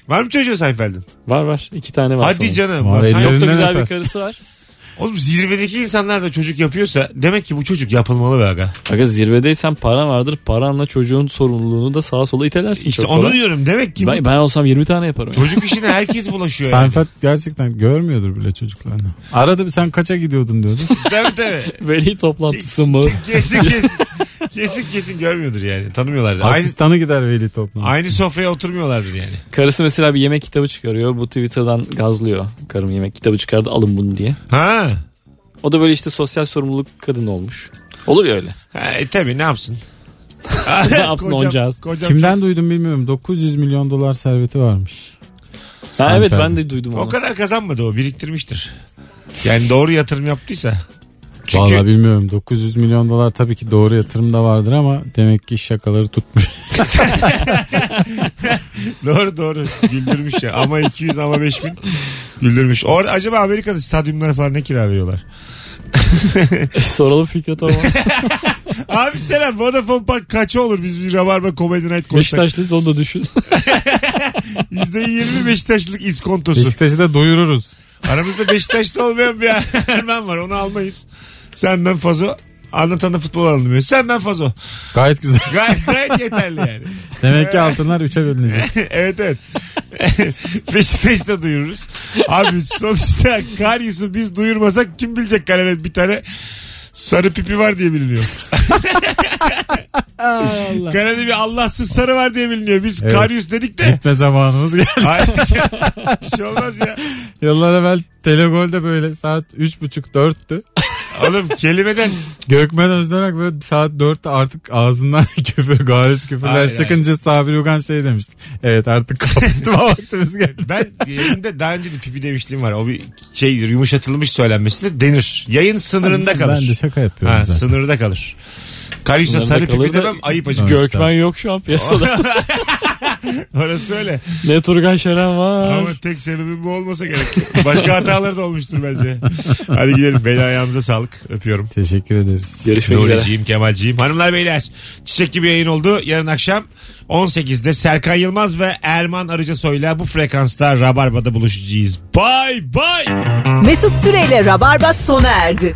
S2: Var mı çocuğu Seinfeld'in?
S3: Var var. iki tane var.
S2: Hadi
S3: sanırım.
S2: canım.
S4: Var,
S2: Lan
S4: elleri-
S2: Seinfeld-
S3: Çok da
S4: Elinden
S3: güzel
S4: öper.
S3: bir karısı var.
S2: Oğlum zirvedeki insanlar da çocuk yapıyorsa demek ki bu çocuk yapılmalı be aga.
S3: Aga zirvedeysen paran vardır. Paranla çocuğun sorumluluğunu da sağa sola itelersin.
S2: İşte
S3: çok
S2: onu
S3: kolay.
S2: diyorum demek ki bu
S3: Ben, ben olsam 20 tane yaparım. ya.
S2: çocuk işine herkes bulaşıyor yani.
S4: Seinfeld gerçekten görmüyordur bile çocuklarını. Arada bir sen kaça gidiyordun diyordu.
S2: tabii tabii.
S3: Veli toplantısı mı?
S2: Kesin kesin. Kesin kesin görmüyordur yani. Tanımıyorlardır. Aynı,
S4: Asistanı gider veli toplantı.
S2: aynı sofraya oturmuyorlardır yani.
S3: Karısı mesela bir yemek kitabı çıkarıyor. Bu Twitter'dan gazlıyor. Karım yemek kitabı çıkardı alın bunu diye.
S2: Ha.
S3: O da böyle işte sosyal sorumluluk kadın olmuş. Olur ya öyle.
S2: ha e, tabii ne yapsın?
S3: Ne yapsın
S2: Kocam-
S3: oncağız?
S2: kocam
S4: Kimden duydum bilmiyorum. 900 milyon dolar serveti varmış.
S3: Ha, evet
S4: Seinfeld.
S3: ben de duydum
S2: O
S3: onu.
S2: kadar kazanmadı o biriktirmiştir. Yani doğru yatırım yaptıysa. Çünkü
S4: Vallahi bilmiyorum 900 milyon dolar tabii ki doğru yatırım da vardır ama demek ki şakaları tutmuş.
S2: doğru doğru güldürmüş ya. Ama 200 ama 5000 güldürmüş. Orada acaba Amerika'da stadyumlara falan ne kira veriyorlar?
S3: Soralım Fikret Orman.
S2: Abi selam Vodafone Park kaça olur biz bir Rabarba Comedy Night konuşsak?
S3: Beşiktaşlıyız onu da düşün.
S2: %20 Beşiktaşlılık iskontosu.
S4: Beşiktaş'ı da duyururuz.
S2: Aramızda Beşiktaşlı olmayan bir Ermen var onu almayız. Sen ben Fazo. Anlatanı futbol anlamıyor. Sen ben Fazo.
S4: Gayet güzel.
S2: Gayet, gayet yeterli yani.
S4: Demek ki altınlar 3'e bölünecek.
S2: evet evet. Beşiktaş'ta duyururuz. Abi sonuçta Karyus'u biz duyurmasak kim bilecek kalede bir tane sarı pipi var diye biliniyor. kalede bir Allahsız sarı var diye biliniyor. Biz
S4: Evet.
S2: Karyus dedik de.
S4: Gitme zamanımız geldi.
S2: Hayır, bir şey olmaz ya.
S4: Yıllar evvel Telegol'de böyle saat 3.30-4'tü.
S2: Oğlum kelimeden
S4: Gökmen Özdenek böyle saat 4'te artık ağzından küfür, gariz küfürler
S2: Hayır,
S4: çıkınca Sabri Ugan şey demişti. Evet artık kapatma vaktimiz geldi.
S2: ben yayında daha önce de pipi demişliğim var. O bir şeydir yumuşatılmış söylenmesidir denir. Yayın sınırında kalır.
S4: Ben de şaka yapıyorum
S2: ha,
S4: zaten.
S2: sınırda kalır. Karyus'a
S3: Sınırda
S2: sarı pipi
S3: kalır da-
S2: demem ayıp acı.
S4: Sonuçta.
S3: Gökmen yok şu an piyasada.
S2: Orası öyle.
S3: ne Turgan Şeren var.
S2: Ama tek sebebim bu olmasa gerek. Başka hatalar da olmuştur bence. Hadi gidelim. Beni ayağınıza sağlık. Öpüyorum.
S4: Teşekkür ederiz.
S3: Görüşmek üzere.
S2: Nuri'ciğim, Kemal'ciğim. Hanımlar beyler çiçek gibi yayın oldu. Yarın akşam 18'de Serkan Yılmaz ve Erman Arıcasoy'la bu frekansta Rabarba'da buluşacağız. Bay bay.
S1: Mesut Süreyle Rabarba sona erdi.